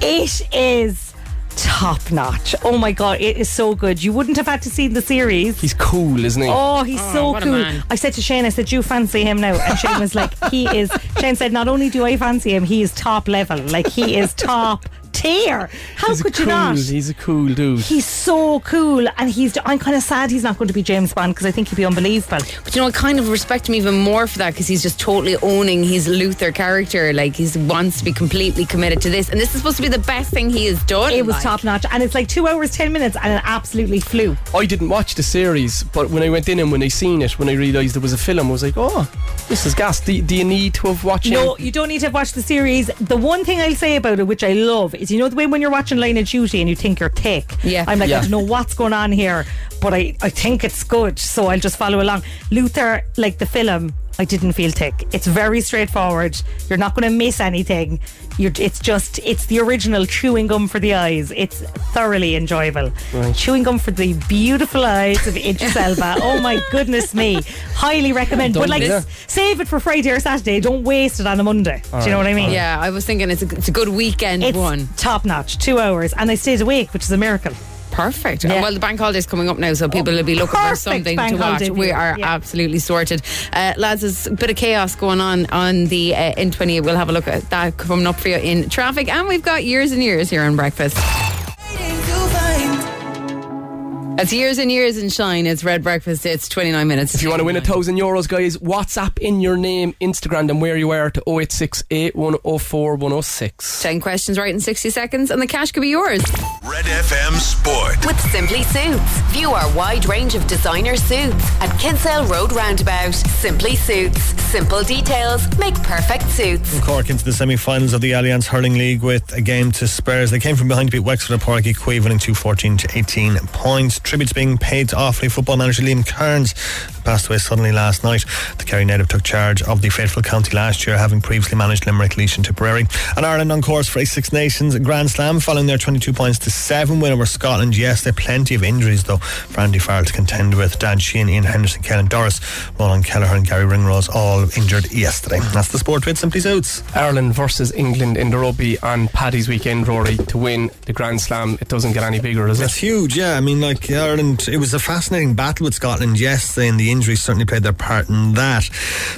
S2: It is top notch. Oh my god, it is so good. You wouldn't have had to see the series.
S1: he's cool, isn't he?
S2: Oh, he's so
S3: what a
S2: cool.
S3: man.
S2: I said to Shane, I said, "Do you fancy him now?" And Shane was like, "He is." Shane said, "Not only do I fancy him, he is top level. Like he is top tier. How
S1: he's a
S2: could
S1: cool,
S2: you not?"
S1: He's a cool dude.
S2: He's so cool, and he's. I'm kind of sad he's not going to be James Bond because I think he'd be unbelievable.
S3: But you know, I kind of respect him even more for that because he's just totally owning his Luther character. Like, he wants to be completely committed to this. And this is supposed to be the best thing he has done.
S2: It was
S3: like.
S2: top notch, and it's like two hours, ten minutes, and it absolutely flew.
S1: I didn't watch the series, but when I went in and when I seen it, when I realised there was a film, I was like, oh, this is gas. Do, do you need to have watched
S2: No,
S1: it?
S2: you don't need to have watched the series. The one thing I'll say about it, which I love, is you know the way when you're watching Line of Duty and you think you're thick.
S3: Yeah.
S2: I'm like,
S1: Yeah.
S2: I don't know what's going on here, but I, I think it's good, so I'll just follow along. Luther, like the film, I didn't feel thick. It's very straightforward. You're not going to miss anything. You're, it's just, it's the original chewing gum for the eyes. It's thoroughly enjoyable. Chewing gum for the beautiful eyes of Idris Elba. Oh my goodness me. Highly recommend.
S1: Done
S2: But like,
S1: there.
S2: save it for Friday or Saturday. Don't waste it on a Monday. Do you know what I mean?
S3: Yeah, I was thinking it's a, it's a good weekend
S2: It's
S3: one.
S2: top notch. Two hours, and I stayed awake, which is a miracle.
S3: Perfect.
S2: Yeah.
S3: Well, the bank holiday's coming up now, so people will be looking for
S2: perfect
S3: something
S2: bank
S3: to watch.
S2: holiday
S3: We
S2: view.
S3: are
S2: Yeah.
S3: absolutely sorted. Uh, lads, there's a bit of chaos going on on the uh, N28. We'll have a look at that coming up for you in traffic. And we've got years and years here on breakfast. That's years and years and shine. It's Red Breakfast. It's 29 minutes.
S1: If you want to win a thousand euros, guys, WhatsApp in your name, Instagram, and where you are to 086 8104 106.
S3: 10 questions right in 60 seconds, and the cash could be yours.
S5: Red FM Sport.
S4: With Simply Suits. View our wide range of designer suits at Kinsale Road Roundabout. Simply Suits. Simple details make perfect suits.
S9: From Cork into the semi-finals of the Alliance Hurling League with a game to Spurs. They came from behind to beat Wexford at Parky, Quay winning 214 to 18 points. tributes being paid to Offaly football manager Liam Kearns, who passed away suddenly last night. The Kerry native took charge of the faithful county last year, having previously managed Limerick, Leash, and Tipperary. And Ireland on course for a Six Nations Grand Slam, following their 22 points to 7 win over Scotland. Yes, there are plenty of injuries, though, for Andy Farrell to contend with. Dan Sheehan, Ian Henderson, Kellen Doris, Roland Kelleher, and Gary Ringrose all injured yesterday. That's the sport with Simply Suits.
S1: Ireland versus England in the rugby on Paddy's weekend, Rory, to win the Grand Slam. It doesn't get any bigger, does
S9: It's
S1: it?
S9: huge, yeah. I mean, like Ireland, it was a fascinating battle with Scotland yesterday, and the injuries certainly played their part in that.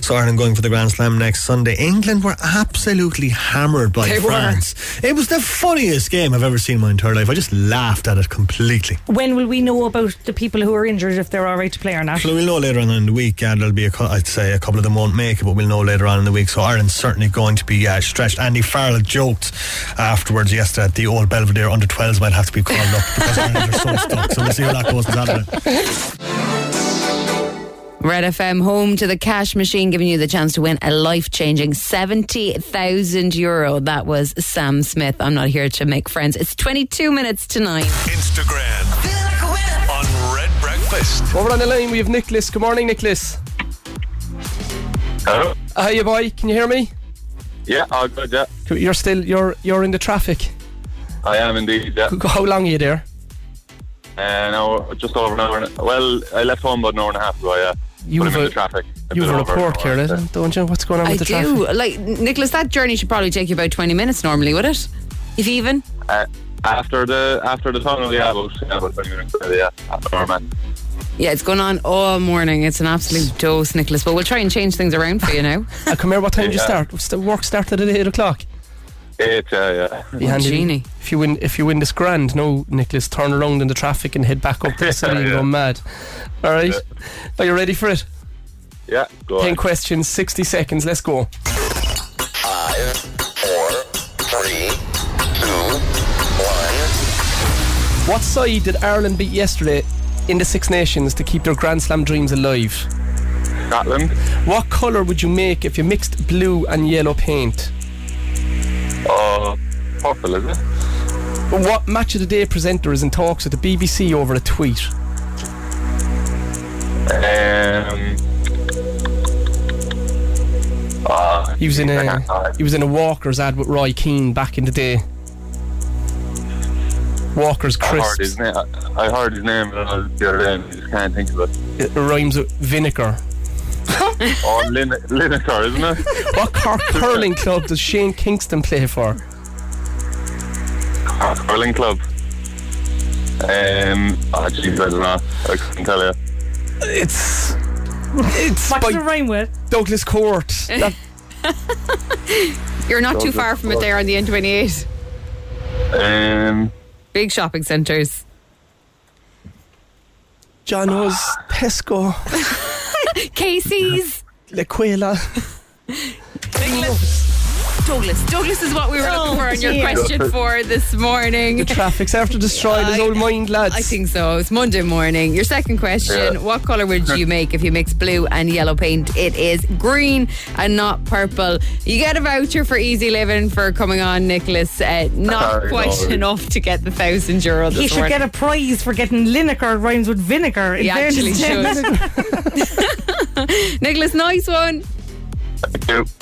S9: So Ireland going for the Grand Slam next Sunday. England were absolutely hammered by
S10: They were.
S9: France. It was the funniest game I've ever seen in my entire life. I just laughed at it completely.
S2: When will we know about the people who are injured if they're all right to play or not?
S9: So we'll know later on in the week. Yeah, there'll be a, cou- I'd say a couple of them won't make it, but we'll know later on in the week. So Ireland's certainly going to be uh, stretched. Andy Farrell joked afterwards yesterday that the old Belvedere under 12s might have to be called up because Ireland are so stuck. So we'll see how that goes on Saturday.
S3: Red FM home to the cash machine, giving you the chance to win a life changing 70,000 euro. That was Sam Smith. I'm not here to make friends. It's 22 minutes to nine.
S5: Instagram on Red Breakfast.
S1: Over on the line, we have Nicholas. Good morning, Nicholas.
S17: Hello.
S1: Hiya, boy. Can you hear me?
S17: Yeah, all good. Yeah,
S1: You're still you're you're in the traffic.
S17: I am indeed. Yeah,
S1: How long are you there?
S17: and now just over an hour. And, well, I left home about an hour and a half ago. Yeah,
S1: You
S17: But
S1: have
S17: I'm in
S1: a-
S17: the traffic. I've
S1: You have
S17: been
S1: a
S17: over
S1: report,
S17: an hour.
S1: Kieran, don't you? What's going on
S3: I
S1: with the
S3: do.
S1: traffic?
S3: Like, Nicholas, that journey should probably take you about 20 minutes normally, would it? If even.
S17: Uh, after the after the tunnel, yeah, about, yeah, about 20 minutes. later, Yeah, after our man.
S3: Yeah, it's going on all morning. It's an absolute dose, Nicholas, but we'll try and change things around for you now.
S1: Uh, come here. What time do you
S17: Yeah.
S1: start? St- Work started at eight o'clock.
S17: Eight, yeah, yeah.
S1: Be handy. If you win, if you win this grand, no, Nicholas, turn around in the traffic and head back up to the city and go mad. All right, are you ready for it?
S17: Yeah, go
S1: Ten
S17: on.
S1: questions, sixty seconds. Let's go.
S5: Five, four, three,
S1: What side did Ireland beat yesterday in the Six Nations to keep their Grand Slam dreams alive?
S17: Scotland.
S1: What colour would you make if you mixed blue and yellow paint?
S17: Oh, purple is it?
S1: What match of the day presenter is in talks with the BBC over a tweet?
S17: Um. Uh,
S1: He was in a he was in a Walker's ad with Roy Keane back in the day. Walker's
S17: I heard
S1: crisps.
S17: his name. I I heard his name uh, the other day. and I just can't think of it.
S1: It rhymes with vinegar.
S17: Oh, Lin- Lineker, isn't it?
S1: What Cork curling club does Shane Kingston play for?
S17: Curling club. Um, oh, jeez, I don't know. I couldn't tell you.
S1: It's it's
S2: What's
S1: by
S2: the rhyme with?
S1: Douglas Court. That-
S3: You're not too far from it there on the N28.
S17: Um,
S3: Big shopping centres.
S1: Jono's, Tesco,
S3: Casey's.
S1: L'Aquila.
S3: Douglas. Douglas is what we were looking for on your
S1: dear.
S3: question for this morning.
S1: The traffic's after destroying his old mind, lads.
S3: I think so. It's Monday morning. Your second question
S1: Yeah.
S3: What colour would you make if you mix blue and yellow paint? It is green and not purple. You get a voucher for Easy Living for coming on, Nicholas. Uh, not
S2: Sorry,
S3: quite
S2: Laurie.
S3: enough to get the thousand euro this
S2: He should
S3: morning.
S2: get a prize for getting Lineker rhymes with vinegar. in
S3: He actually
S2: fairness.
S3: Nicholas, nice one.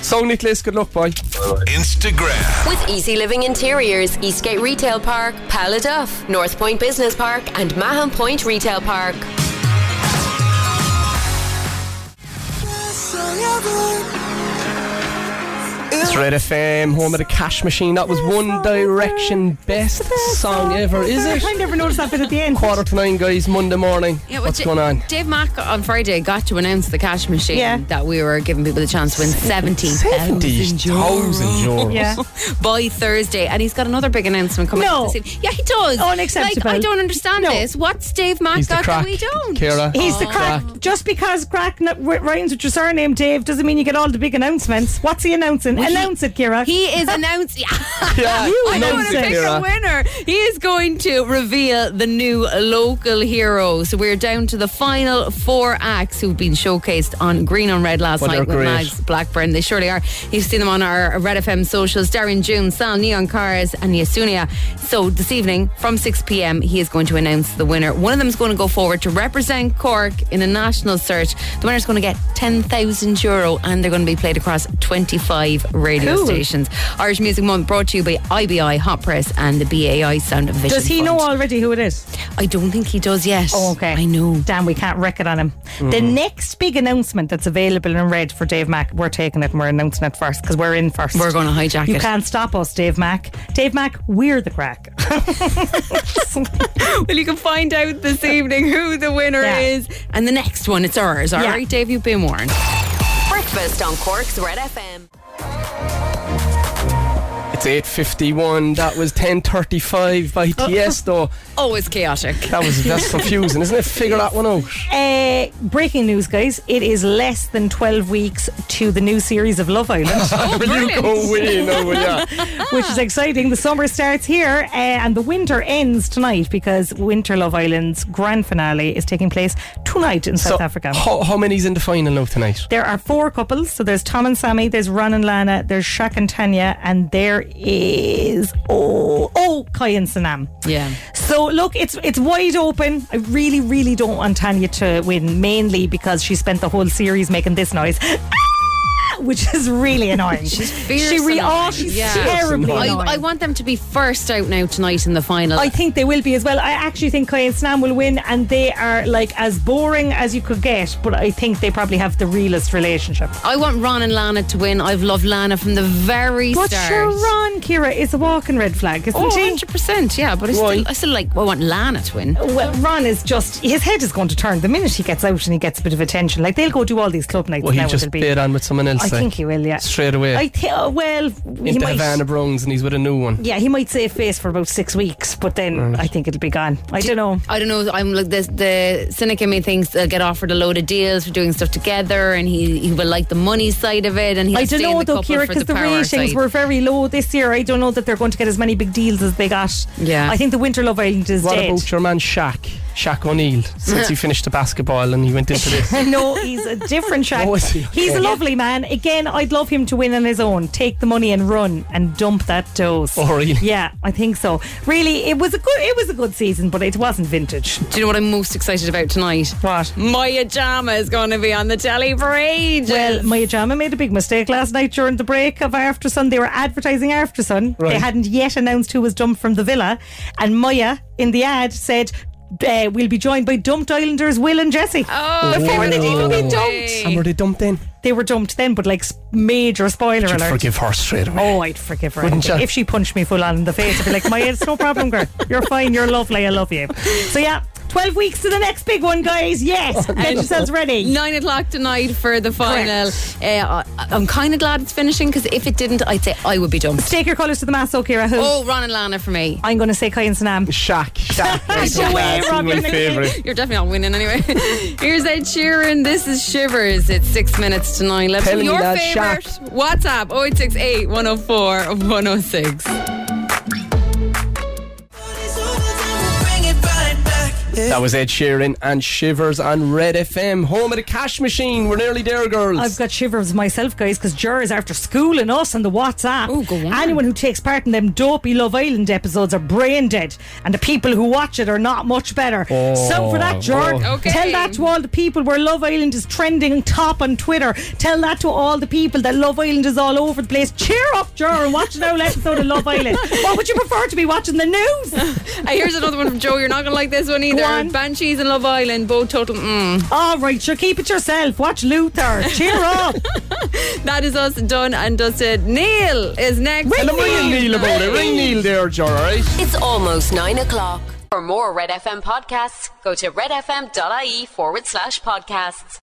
S1: So Nicholas, good luck, boy.
S5: Instagram
S4: With Easy Living Interiors, Eastgate Retail Park, Paladuff, North Point Business Park, and Mahon Point Retail Park.
S1: It's Red FM, home of the cash machine. That was One Direction best song ever, is it? I
S2: never noticed that bit at the end.
S1: Quarter to nine, guys, Monday morning.
S3: Yeah, well,
S1: What's
S3: Da-
S1: going on?
S3: Dave Mack on Friday got to announce the cash machine that we were giving people the chance to win
S1: thousand
S3: 17,000
S1: euros.
S3: Yeah. by Thursday, and he's got another big announcement coming.
S2: No.
S3: up this evening. yeah, he does. Unacceptable. Like, I don't understand this. What's Dave Mack
S2: He's the
S3: got
S2: crack,
S3: that we don't?
S2: He's the crack. Just because crack n- r- rhymes with your surname, Dave, doesn't mean you get all the big announcements. What's he announcing?
S3: We
S2: Announce it, Kira.
S3: He is announcing.
S2: Yeah,
S3: I don't want
S2: announce
S3: to
S2: it,
S3: pick a
S2: Ciara.
S3: winner. He is going to reveal the new local hero. So we're down to the final four acts who've been showcased on Green on Red last
S18: Well,
S3: night
S18: they're
S3: with
S18: great.
S3: Mags Blackburn. They surely are. You've seen them on our Red FM socials. Darren June, Sal Neon Cars, and Yasunia. So this evening from 6 p.m., he is going to announce the winner. One of them is going to go forward to represent Cork in a national search. The winner's going to get 10,000 euro, and they're going to be played across 25 radio
S2: Cool.
S3: stations. Irish Music Month brought to you by IBI Hot Press and the BAI Sound Vision.
S2: Does he know already who it is?
S3: I don't think he does yet.
S2: Oh, okay. I
S3: know.
S2: Damn, we can't wreck it on him. The
S3: Mm.
S2: next big announcement that's available in red for Dave Mack, we're taking it and we're announcing it first because we're in first.
S3: We're gonna hijack
S2: You
S3: it.
S2: can't stop us, Dave Mack. Dave Mack, we're the crack.
S3: well, you can find out this evening who the winner is, and the next one it's ours. All right,
S4: Yeah.
S3: Dave, you've been warned.
S4: Breakfast on Cork's Red FM.
S1: It's 8.51. That was 10.35 by Tiesto.
S3: Always chaotic.
S1: That was, that's confusing, isn't it? Figure that one out.
S2: Uh, breaking news, guys. It is less than 12 weeks to the new series of Love Island.
S1: will you go win or will you?
S2: Which is exciting. The summer starts here uh, and the winter ends tonight because Winter Love Island's grand finale is taking place tonight in South Africa.
S1: How, how many's in the final now tonight?
S2: There are four couples. So there's Tom and Sammy, there's Ron and Lana, there's Shaq and Tanya, and there is oh oh Kai and Sanam.
S3: Yeah.
S2: So look, it's it's wide open. I really, really don't want Tanya to win, mainly because she spent the whole series making this noise. Which is really annoying.
S3: She's fierce.
S2: She re-
S3: and
S2: oh,
S3: annoying.
S2: she's
S3: Yeah.
S2: terribly
S3: I,
S2: annoying.
S3: I want them to be first out now tonight in the final.
S2: I think they will be as well. I actually think Kai and Snam will win, and they are like as boring as you could get. But I think they probably have the realest relationship.
S3: I want Ron and Lana to win. I've loved Lana from the very
S2: But
S3: start.
S2: sure, Ron, Kira, is a walking red flag, isn't
S3: Oh,
S2: she?
S3: 100%, yeah, but I still, I still like, I want Lana to win.
S2: Well, Ron is just, his head is going to turn the minute he gets out and he gets a bit of attention. Like, they'll go do all these club nights
S1: Well,
S2: now.
S1: he just
S2: it'll be.
S1: bid on with someone else.
S2: I
S1: like,
S2: think he will, yeah.
S1: Straight away.
S2: I thi- uh, well, he
S1: into
S2: might.
S1: Havana Browns and he's with a new one.
S2: Yeah, he might save face for about six weeks, but then
S1: Right.
S2: I think it'll be gone. I don't know.
S3: I don't know. I'm like this, the cynic in me thinks they'll get offered a load of deals for doing stuff together, and he, he will like the money side of it. And he'll
S2: I don't
S3: stay
S2: know
S3: in the
S2: though,
S3: couple
S2: Kira,
S3: for
S2: because the,
S3: power
S2: ratings
S3: side.
S2: were very low this year. I don't know that they're going to get as many big deals as they got.
S3: Yeah.
S2: I think the Winter Love Island is
S1: What
S2: dead.
S1: about your man Shaq? Shaq O'Neill, since he finished the basketball and he went into this.
S2: no, he's a different Shaq.
S1: Oh, is he?
S2: He's a
S1: Okay.
S2: lovely man. Again, I'd love him to win on his own. Take the money and run and dump that dose.
S1: Oh, really?
S2: Yeah, I think so. Really, it was a good it was a good season, but it wasn't vintage.
S3: Do you know what I'm most excited about tonight?
S2: What?
S3: Maya Jama is going to be on the telly for ages.
S2: Well, Maya Jama made a big mistake last night during the break of After Sun. They were advertising After Sun. They
S3: Right.
S2: hadn't yet announced who was dumped from the villa, and Maya in the ad said. Uh, we'll be joined by dumped Islanders Will and Jesse.
S3: Oh,
S2: before they'd even be dumped.
S1: And were they dumped in?
S2: They were dumped then, but like s- major spoiler
S1: You'd
S2: alert.
S1: forgive her straight away.
S2: Oh, I'd forgive her.
S1: Wouldn't
S2: anything.
S1: you?
S2: If she punched me full on in the face, I'd be like, "My, it's no problem, girl. You're fine. You're lovely. I love you." So yeah, twelve weeks to the next big one, guys. Yes,
S1: Oh,
S2: get yourselves ready.
S3: Nine o'clock tonight for the final. Uh, I- I'm kind of glad it's finishing because if it didn't, I'd say I would be dumped.
S2: Stake your colours to the mass, Kira. Who?
S3: Oh, Ron and Lana for me.
S2: I'm going to say Kai and Sanam.
S1: Shaq. Shaq.
S3: Go away,
S1: That's my
S3: Robin.
S1: favourite.
S3: You're definitely not winning anyway. Here's Ed Sheeran. This is Shivers. It's six minutes to nine. Let's
S1: Tell me
S3: your
S1: that
S3: favorite WhatsApp oh, 0868 104 106.
S1: That was Ed Sheeran and Shivers on Red FM, home of the cash machine. We're nearly there, girls.
S2: I've got shivers myself, guys, because jurors after school and us and the WhatsApp. Oh, go on. Anyone who takes part in them dopey Love Island episodes are brain dead, and the people who watch it are not much better.
S18: Oh,
S2: so for that, George,
S18: oh. Okay.
S2: tell that to all the people where Love Island is trending top on Twitter. Tell that to all the people that Love Island is all over the place. Cheer up, juror, and watch an old episode of Love Island. What would you prefer to be watching the news?
S3: Uh, here's another one from Joe. You're not going to like this one either.
S2: on.
S3: Banshees and Love Island, both total. Mm.
S2: All right, sure, keep it yourself. Watch Luther. Cheer up.
S3: That is us done and dusted. Neil is next.
S1: Tell him ring Neil about it. Ring Neil there, Jar, alright?
S4: It's almost nine o'clock. For more Red FM podcasts, go to redfm.ie forward slash podcasts.